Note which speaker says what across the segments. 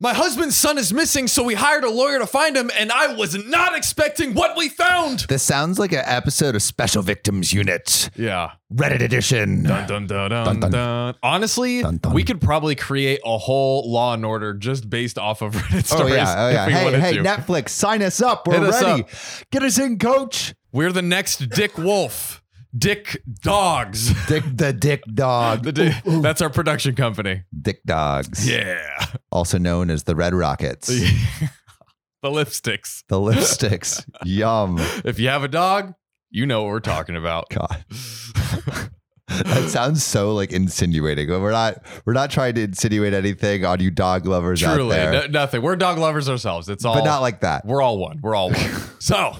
Speaker 1: My husband's son is missing, so we hired a lawyer to find him, and I was not expecting what we found.
Speaker 2: This sounds like an episode of Special Victims Unit,
Speaker 1: Yeah.
Speaker 2: Reddit edition.
Speaker 1: Dun, dun, dun, dun,
Speaker 2: Dun,
Speaker 1: dun,
Speaker 2: dun.
Speaker 1: Honestly,
Speaker 2: Dun, dun.
Speaker 1: we could probably create a whole Law and Order just based off of Reddit
Speaker 2: Oh
Speaker 1: stories
Speaker 2: yeah, oh yeah.
Speaker 1: if we
Speaker 2: Hey,
Speaker 1: wanted
Speaker 2: hey,
Speaker 1: to.
Speaker 2: Netflix, sign us up. We're
Speaker 1: Hit us
Speaker 2: ready. Get us in, coach.
Speaker 1: We're the next Dick Wolf, Dick Dogs.
Speaker 2: Dick the Dick Dog.
Speaker 1: The di- that's our production company.
Speaker 2: Dick Dogs.
Speaker 1: Yeah.
Speaker 2: Also known as the Red Rockets.
Speaker 1: the lipsticks.
Speaker 2: The lipsticks. Yum.
Speaker 1: If you have a dog, you know what we're talking about.
Speaker 2: God. That sounds so like insinuating. We're not we're not trying to insinuate anything on you dog lovers out
Speaker 1: Truly,
Speaker 2: there.
Speaker 1: no- nothing. We're dog lovers ourselves. It's all
Speaker 2: but not like that.
Speaker 1: We're all one. We're all one. so,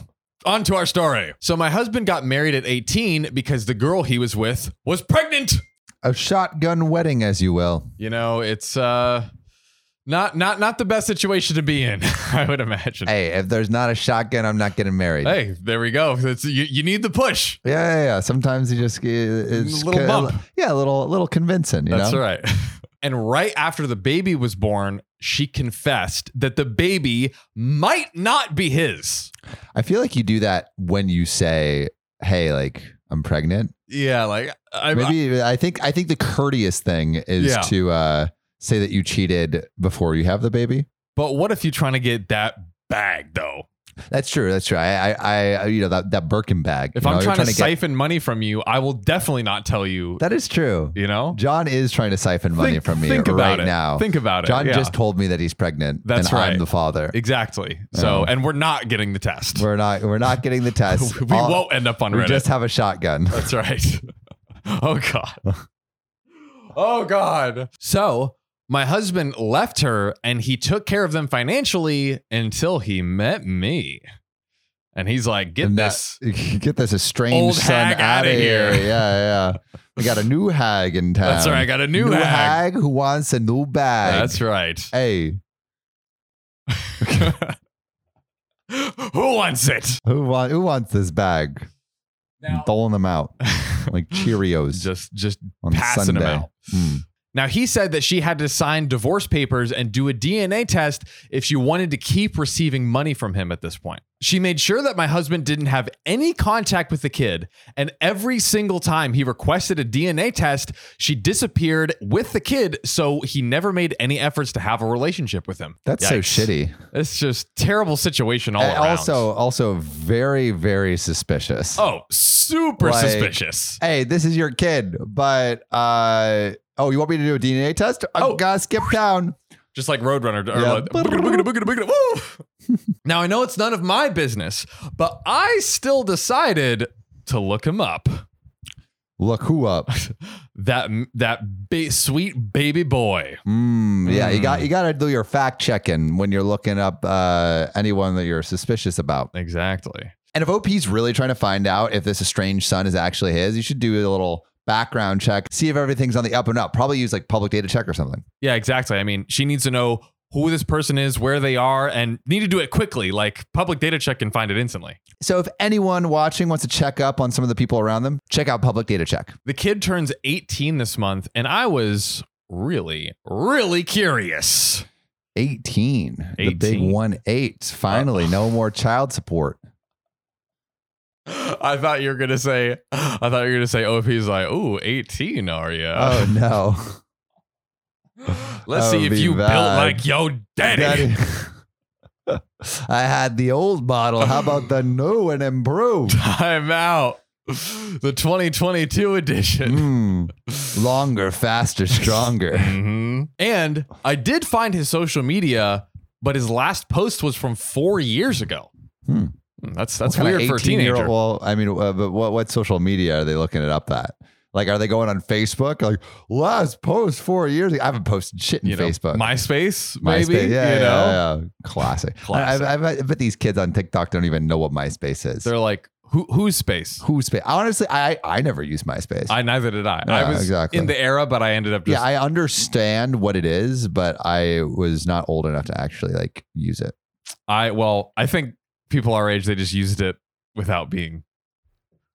Speaker 1: on to our story. So, my husband got married at 18 because the girl he was with was pregnant.
Speaker 2: A shotgun wedding, as you will.
Speaker 1: You know, it's uh not not not the best situation to be in, I would imagine. Hey,
Speaker 2: Hey, if there's not a shotgun, I'm not getting married.
Speaker 1: there we go. It's, you, you need the push.
Speaker 2: Yeah, yeah, yeah. Sometimes you just it's
Speaker 1: Little
Speaker 2: co-
Speaker 1: bump.
Speaker 2: Yeah, a little, a little convincing. You
Speaker 1: That's
Speaker 2: know,
Speaker 1: right. And right after the baby was born, she confessed that the baby might not be his.
Speaker 2: I feel like you do that when you say, "Hey, like I'm pregnant."
Speaker 1: Yeah, like I, I
Speaker 2: Maybe I think I think the courteous thing is
Speaker 1: Yeah.
Speaker 2: to uh, say that you cheated before you have the baby.
Speaker 1: but what if you're trying to get that bag though?
Speaker 2: That's true. That's true. I, I, I you know, that that Birkin bag.
Speaker 1: If
Speaker 2: you know,
Speaker 1: I'm
Speaker 2: you're
Speaker 1: trying, to,
Speaker 2: get-
Speaker 1: siphon money from you, I will definitely not tell you.
Speaker 2: that is true.
Speaker 1: you know,
Speaker 2: John is trying to siphon money
Speaker 1: Think-
Speaker 2: from me
Speaker 1: think
Speaker 2: right
Speaker 1: about it.
Speaker 2: now.
Speaker 1: Think about it.
Speaker 2: John
Speaker 1: Yeah.
Speaker 2: just told me that he's pregnant.
Speaker 1: That's
Speaker 2: and I'm
Speaker 1: right.
Speaker 2: the father.
Speaker 1: exactly. So,
Speaker 2: Oh.
Speaker 1: and we're not getting the test.
Speaker 2: We're not. We're not getting the test.
Speaker 1: we
Speaker 2: All-
Speaker 1: won't end up on
Speaker 2: We
Speaker 1: Reddit.
Speaker 2: just have a shotgun.
Speaker 1: That's right. oh god. Oh god. So my husband left her and he took care of them financially until he met me. And he's like, get
Speaker 2: And that-
Speaker 1: this.
Speaker 2: Get this estranged
Speaker 1: Old
Speaker 2: son
Speaker 1: hag
Speaker 2: out
Speaker 1: outta
Speaker 2: of here.
Speaker 1: here.
Speaker 2: Yeah, yeah. We got a new hag in town.
Speaker 1: That's right. I got a new, hag.
Speaker 2: who wants a new bag.
Speaker 1: That's right.
Speaker 2: Hey,
Speaker 1: Who wants it?
Speaker 2: who want who wants this bag? I'm doling them out like Cheerios
Speaker 1: just just
Speaker 2: on
Speaker 1: passing
Speaker 2: Sunday.
Speaker 1: them out.
Speaker 2: Hmm.
Speaker 1: Now, he said that she had to sign divorce papers and do a DNA test if she wanted to keep receiving money from him at this point. She made sure that my husband didn't have any contact with the kid. And every single time he requested a DNA test, she disappeared with the kid. So he never made any efforts to have a relationship with him.
Speaker 2: That's so
Speaker 1: Yikes.
Speaker 2: shitty.
Speaker 1: It's just terrible situation all
Speaker 2: And
Speaker 1: around.
Speaker 2: also, also very, very suspicious.
Speaker 1: oh, super
Speaker 2: Like-
Speaker 1: suspicious.
Speaker 2: Hey, this is your kid, but uh, oh, you want me to do a DNA test? I
Speaker 1: Oh.
Speaker 2: gotta skip down.
Speaker 1: just like Roadrunner. or
Speaker 2: Yeah.
Speaker 1: like- boogada, boogada, boogada, boogada, woo! now I know it's none of my business, but I still decided to look him up.
Speaker 2: Look who up.
Speaker 1: That that ba- sweet baby boy.
Speaker 2: Mm, yeah, you got
Speaker 1: Mm.
Speaker 2: you got to do your fact checking when you're looking up uh, anyone that you're suspicious about.
Speaker 1: Exactly.
Speaker 2: And if OP's really trying to find out if this estranged son is actually his, you should do a little background check, see if everything's on the up and up. Probably use like public data check or something.
Speaker 1: Yeah, exactly. I mean, she needs to know who this person is, where they are, and need to do it quickly. Like public data check can find it instantly.
Speaker 2: So if anyone watching wants to check up on some of the people around them, check out public data check.
Speaker 1: The kid turns 18 this month, and I was really, really curious.
Speaker 2: 18, the big
Speaker 1: 18.
Speaker 2: one eight. Finally, no more child support.
Speaker 1: I thought you were gonna say. I thought you were gonna say. OP's like, ooh, 18, are you?
Speaker 2: Oh no,
Speaker 1: Let's
Speaker 2: Oh, that
Speaker 1: see
Speaker 2: would
Speaker 1: if
Speaker 2: be
Speaker 1: you built
Speaker 2: bad.
Speaker 1: like yo daddy.
Speaker 2: Daddy. I had the old model. How about the new and improved?
Speaker 1: Time out. The 2022 edition.
Speaker 2: Mm, longer, faster, stronger.
Speaker 1: Mhm. And I did find his social media, but his last post was from four years ago.
Speaker 2: Hmm.
Speaker 1: Hmm, That's that's
Speaker 2: What kinda
Speaker 1: weird for a
Speaker 2: 18-year-old
Speaker 1: teenager.
Speaker 2: Well, I mean, uh, but what what social media are they looking it up at? Like, are they going on Facebook? Like, last post four years. ago. I haven't posted shit in
Speaker 1: You know,
Speaker 2: Facebook.
Speaker 1: MySpace, maybe.
Speaker 2: MySpace. Yeah,
Speaker 1: you know,
Speaker 2: yeah, yeah. classic.
Speaker 1: Classic.
Speaker 2: I, I, I bet these kids on TikTok don't even know what MySpace is.
Speaker 1: they're like, who who's space?
Speaker 2: Who's space? Honestly, I I never use MySpace.
Speaker 1: I neither did I.
Speaker 2: Yeah,
Speaker 1: I was
Speaker 2: exactly.
Speaker 1: in the era, but I ended up just
Speaker 2: yeah, I understand what it is, but I was not old enough to actually like use it.
Speaker 1: I well, I think people our age they just used it without being.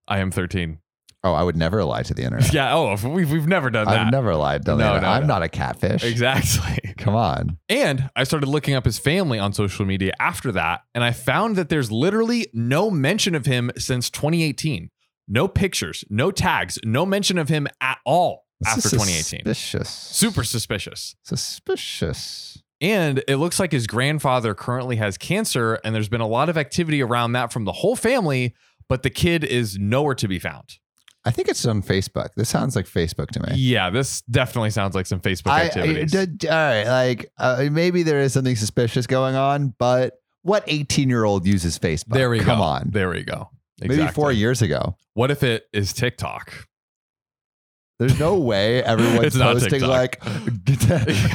Speaker 1: I am thirteen.
Speaker 2: Oh, I would never lie to the internet.
Speaker 1: Yeah. Oh, if we've, we've never done that.
Speaker 2: I've never lied to the
Speaker 1: No,
Speaker 2: internet.
Speaker 1: no,
Speaker 2: I'm
Speaker 1: no.
Speaker 2: not a catfish.
Speaker 1: Exactly.
Speaker 2: Come on.
Speaker 1: And I started looking up his family on social media after that, and I found that there's literally no mention of him since 2018. No pictures, no tags, no mention of him at all
Speaker 2: This
Speaker 1: after
Speaker 2: is
Speaker 1: 2018.
Speaker 2: Suspicious.
Speaker 1: Super suspicious.
Speaker 2: suspicious.
Speaker 1: And it looks like his grandfather currently has cancer, and there's been a lot of activity around that from the whole family, but the kid is nowhere to be found.
Speaker 2: I think it's on Facebook. This sounds like Facebook to me.
Speaker 1: Yeah, this definitely sounds like some Facebook
Speaker 2: I- I-
Speaker 1: activities.
Speaker 2: d- d- all right, like uh, maybe there is something suspicious going on, but what 18 year old uses Facebook?
Speaker 1: there we
Speaker 2: Come
Speaker 1: go.
Speaker 2: on.
Speaker 1: There we go.
Speaker 2: Maybe four years ago.
Speaker 1: What if it is TikTok?
Speaker 2: There's no way everyone's
Speaker 1: It's not
Speaker 2: posting
Speaker 1: TikTok.
Speaker 2: like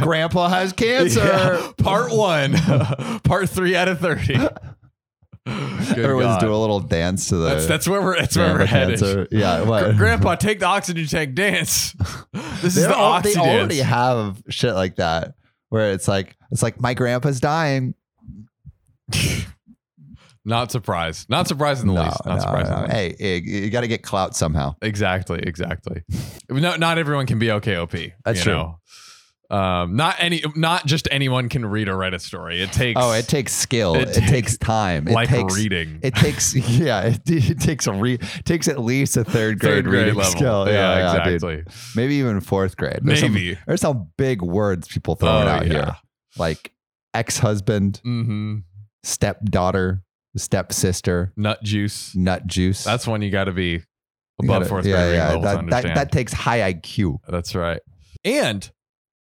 Speaker 2: grandpa has cancer.
Speaker 1: Yeah. Part one, part three out of 30. Good
Speaker 2: Everyone's
Speaker 1: God.
Speaker 2: doing a little dance to the
Speaker 1: that's, that's where we're, that's where we're
Speaker 2: grandpa
Speaker 1: headed.
Speaker 2: cancer. Yeah, what?
Speaker 1: Gr- Grandpa, take the oxygen tank dance. This is
Speaker 2: They're
Speaker 1: the
Speaker 2: al-
Speaker 1: oxy
Speaker 2: they already
Speaker 1: dance.
Speaker 2: have shit like that where it's like it's like my grandpa's dying.
Speaker 1: Not surprised. Not surprised in the
Speaker 2: No,
Speaker 1: least. Not
Speaker 2: no,
Speaker 1: surprised. in
Speaker 2: no.
Speaker 1: the least.
Speaker 2: Hey, eh, you got to get clout somehow.
Speaker 1: Exactly. Exactly. No, not everyone can be OKOP.
Speaker 2: That's
Speaker 1: you
Speaker 2: true.
Speaker 1: know? Um, not any, not just anyone can read or write a story. It takes,
Speaker 2: Oh, it takes skill.
Speaker 1: It
Speaker 2: It,
Speaker 1: takes-
Speaker 2: takes time. It
Speaker 1: like
Speaker 2: takes
Speaker 1: reading.
Speaker 2: It takes yeah. It, it takes a re takes at least a third
Speaker 1: Third
Speaker 2: grade,
Speaker 1: grade
Speaker 2: reading
Speaker 1: level.
Speaker 2: skill.
Speaker 1: yeah,
Speaker 2: dude.
Speaker 1: exactly.
Speaker 2: Maybe even fourth grade. There's some-
Speaker 1: Maybe. Oh,
Speaker 2: There's some big words people throwing out here, like ex husband,
Speaker 1: Mm-hmm.
Speaker 2: stepdaughter, stepsister,
Speaker 1: Nut juice.
Speaker 2: nut juice.
Speaker 1: That's one you got to be
Speaker 2: You
Speaker 1: above
Speaker 2: gotta-
Speaker 1: fourth grade reading level to
Speaker 2: That, that,
Speaker 1: understand.
Speaker 2: that takes high IQ.
Speaker 1: That's right. And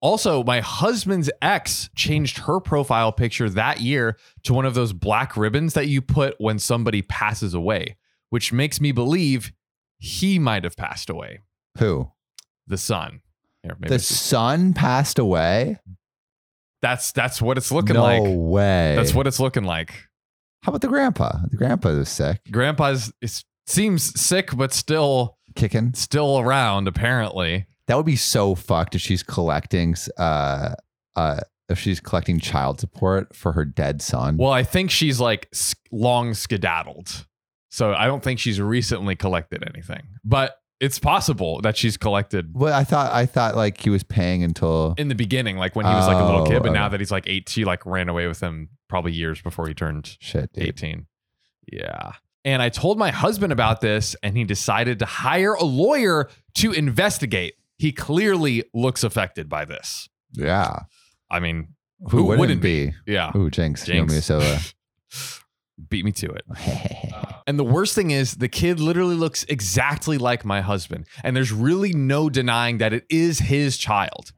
Speaker 1: also, my husband's ex changed her profile picture that year to one of those black ribbons that you put when somebody passes away, which makes me believe he might have passed away.
Speaker 2: Who?
Speaker 1: The son. Here, maybe
Speaker 2: The
Speaker 1: it's-
Speaker 2: son passed away.
Speaker 1: that's that's what it's looking
Speaker 2: no
Speaker 1: like.
Speaker 2: way.
Speaker 1: That's what it's looking like.
Speaker 2: How about the grandpa? The grandpa was sick,
Speaker 1: Grandpa's it seems sick, but still
Speaker 2: kicking.
Speaker 1: still around apparently.
Speaker 2: That would be so fucked if she's collecting, uh, uh, if she's collecting child support for her dead son.
Speaker 1: Well, I think she's like s- long skedaddled. So I don't think she's recently collected anything, but it's possible that she's collected
Speaker 2: Well, I thought I thought like he was paying until
Speaker 1: in the beginning, like when he was like a little
Speaker 2: Oh,
Speaker 1: kid, but now
Speaker 2: okay.
Speaker 1: that he's like eight, she like ran away with him probably years before he turned
Speaker 2: shit, dude.
Speaker 1: 18. Yeah. And I told my husband about this, and he decided to hire a lawyer to investigate. He clearly looks affected by this.
Speaker 2: Yeah,
Speaker 1: I mean,
Speaker 2: who, wouldn't,
Speaker 1: wouldn't
Speaker 2: be?
Speaker 1: yeah,
Speaker 2: Ooh, Jinx,
Speaker 1: Jinx.
Speaker 2: Jinx.
Speaker 1: beat me to it.
Speaker 2: uh,
Speaker 1: And the worst thing is, the kid literally looks exactly like my husband. And there's really no denying that it is his child.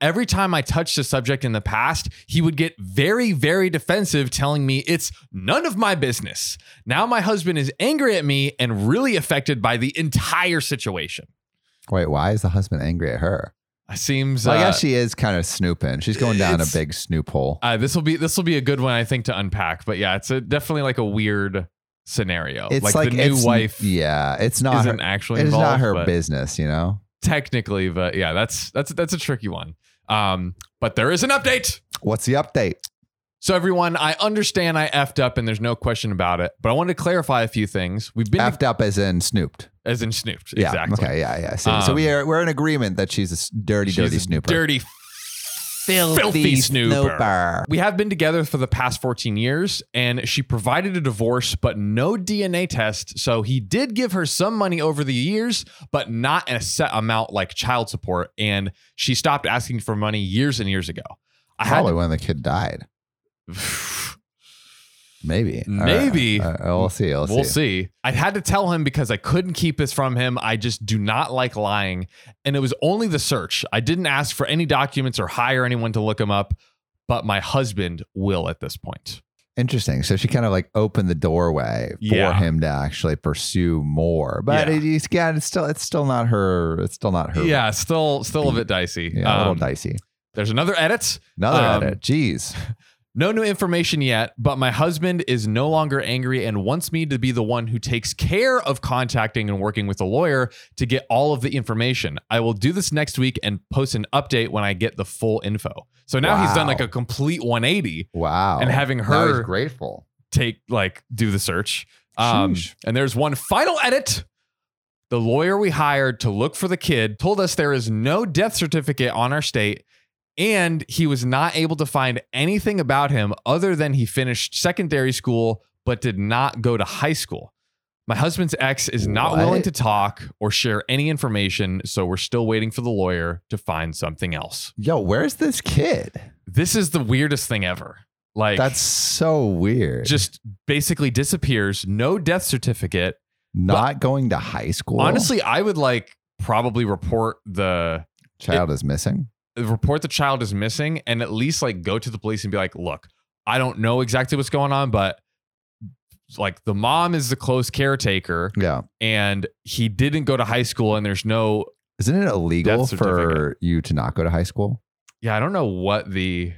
Speaker 1: Every time I touched the subject in the past, he would get very, very defensive, telling me it's none of my business. Now my husband is angry at me and really affected by the entire situation.
Speaker 2: Wait, why is the husband angry at her?
Speaker 1: It seems
Speaker 2: Well, I
Speaker 1: uh,
Speaker 2: guess she is kind of snooping. She's going down a
Speaker 1: it's-
Speaker 2: big snoop hole.
Speaker 1: uh, this will be this will be a good one, I think, to unpack. But yeah, it's a, definitely like a weird scenario.
Speaker 2: It's like,
Speaker 1: Oh, the new
Speaker 2: it's-
Speaker 1: wife
Speaker 2: Yeah, it's not.
Speaker 1: isn't
Speaker 2: Her,
Speaker 1: actually
Speaker 2: it's
Speaker 1: involved.
Speaker 2: not her
Speaker 1: but-
Speaker 2: business, you know.
Speaker 1: technically, but yeah, that's that's that's a tricky one. Um, but there is an update.
Speaker 2: What's the update?
Speaker 1: So everyone, I understand I effed up, and there's no question about it. But I wanted to clarify a few things. We've been
Speaker 2: Effed up as in snooped.
Speaker 1: as in snooped,
Speaker 2: Yeah.
Speaker 1: exactly. Um,
Speaker 2: Okay. Yeah. Yeah. See, so we are we're in agreement that she's a s- dirty,
Speaker 1: She's
Speaker 2: dirty
Speaker 1: a
Speaker 2: snooper.
Speaker 1: dirty, filthy, snooper. We have been together for the past 14 years, and she provided a divorce, but no DNA test. So he did give her some money over the years, but not a set amount like child support. And she stopped asking for money years and years ago. I had
Speaker 2: Probably when the kid died. Maybe. All right.
Speaker 1: Maybe.
Speaker 2: Uh, we'll see. We'll,
Speaker 1: we'll
Speaker 2: see.
Speaker 1: see. I had to tell him because I couldn't keep this from him. I just do not like lying. And it was only the search. I didn't ask for any documents or hire anyone to look him up, but my husband will at this point.
Speaker 2: Interesting. So she kind of like opened the doorway for
Speaker 1: Yeah.
Speaker 2: him to actually pursue more. But
Speaker 1: Yeah.
Speaker 2: it is yeah, it's still it's still not her. It's still not her.
Speaker 1: Yeah, still still a bit dicey.
Speaker 2: Yeah, a
Speaker 1: Um,
Speaker 2: little dicey.
Speaker 1: There's another edit.
Speaker 2: Another
Speaker 1: um,
Speaker 2: edit. Jeez.
Speaker 1: No new information yet, but my husband is no longer angry and wants me to be the one who takes care of contacting and working with a lawyer to get all of the information. I will do this next week and post an update when I get the full info. So now he's done
Speaker 2: Wow.
Speaker 1: like a complete 180
Speaker 2: Wow.
Speaker 1: and having
Speaker 2: Now he's
Speaker 1: her
Speaker 2: grateful.
Speaker 1: take like do the search. Um,
Speaker 2: Sheesh.
Speaker 1: and there's one final edit. The lawyer we hired to look for the kid told us there is no death certificate on our state, and he was not able to find anything about him other than he finished secondary school but did not go to high school. My husband's ex is not
Speaker 2: What?
Speaker 1: willing to talk or share any information, so we're still waiting for the lawyer to find something else.
Speaker 2: Yo, where's this kid?
Speaker 1: This is the weirdest thing ever. Like
Speaker 2: That's so weird.
Speaker 1: just basically disappears, no death certificate.
Speaker 2: not going to high school.
Speaker 1: Honestly, I would like probably report the
Speaker 2: child is missing.
Speaker 1: report the child is missing and at least like go to the police and be like, look, I don't know exactly what's going on, but like the mom is the close caretaker
Speaker 2: Yeah,
Speaker 1: and he didn't go to high school and there's no
Speaker 2: isn't it illegal
Speaker 1: Death certificate.
Speaker 2: for you to not go to high school?
Speaker 1: yeah, I don't know what the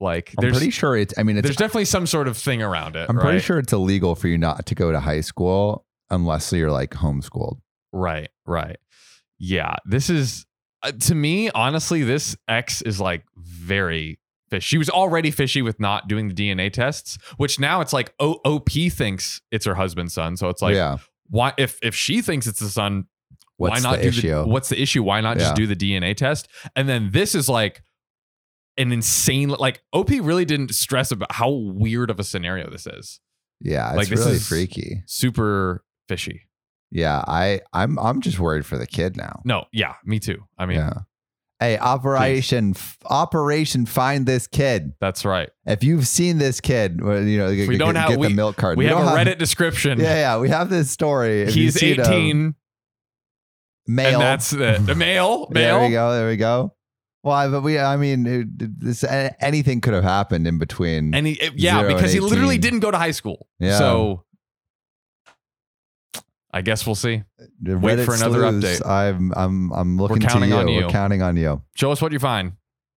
Speaker 1: like
Speaker 2: I'm
Speaker 1: there's
Speaker 2: pretty sure it's. I mean, it's.
Speaker 1: there's definitely some sort of thing around it.
Speaker 2: I'm
Speaker 1: right?
Speaker 2: pretty sure it's illegal for you not to go to high school unless you're like homeschooled.
Speaker 1: Right, right. Yeah, this is uh, to me honestly this X is like very fish. She was already fishy with not doing the DNA tests, which now it's like OOP thinks it's her husband's son. So it's like
Speaker 2: yeah.
Speaker 1: why if if she thinks it's the son,
Speaker 2: What's
Speaker 1: why not
Speaker 2: the
Speaker 1: do
Speaker 2: issue?
Speaker 1: the what's the issue? Why not
Speaker 2: Yeah.
Speaker 1: just do the DNA test? And then this is like an insane like OP really didn't stress about how weird of a scenario this is.
Speaker 2: yeah, it's
Speaker 1: like, this
Speaker 2: really
Speaker 1: is-
Speaker 2: freaky.
Speaker 1: Super fishy.
Speaker 2: Yeah, I, I'm, I'm just worried for the kid now.
Speaker 1: No, yeah, me too. I mean,
Speaker 2: yeah. Hey, operation, f- operation, find this kid.
Speaker 1: that's right.
Speaker 2: If you've seen this kid, well, you know,
Speaker 1: we don't have-
Speaker 2: get
Speaker 1: we-
Speaker 2: the milk carton.
Speaker 1: we have
Speaker 2: don't
Speaker 1: a Reddit description.
Speaker 2: Yeah, yeah, we have this story. If
Speaker 1: He's
Speaker 2: you've seen um, him,
Speaker 1: 18,
Speaker 2: male.
Speaker 1: and that's the, the male.
Speaker 2: There we
Speaker 1: Male.
Speaker 2: go. There we go. Well, but we, I mean, it- this a- anything could have happened in between.
Speaker 1: And he, it- yeah,
Speaker 2: Zero and
Speaker 1: because he literally
Speaker 2: 18.
Speaker 1: didn't go to high school.
Speaker 2: Yeah.
Speaker 1: So I guess we'll see.
Speaker 2: The
Speaker 1: wait for another
Speaker 2: sleuths,
Speaker 1: update.
Speaker 2: I'm, I'm, I'm looking
Speaker 1: counting
Speaker 2: to you.
Speaker 1: on you.
Speaker 2: We're counting on you.
Speaker 1: Show us what you find.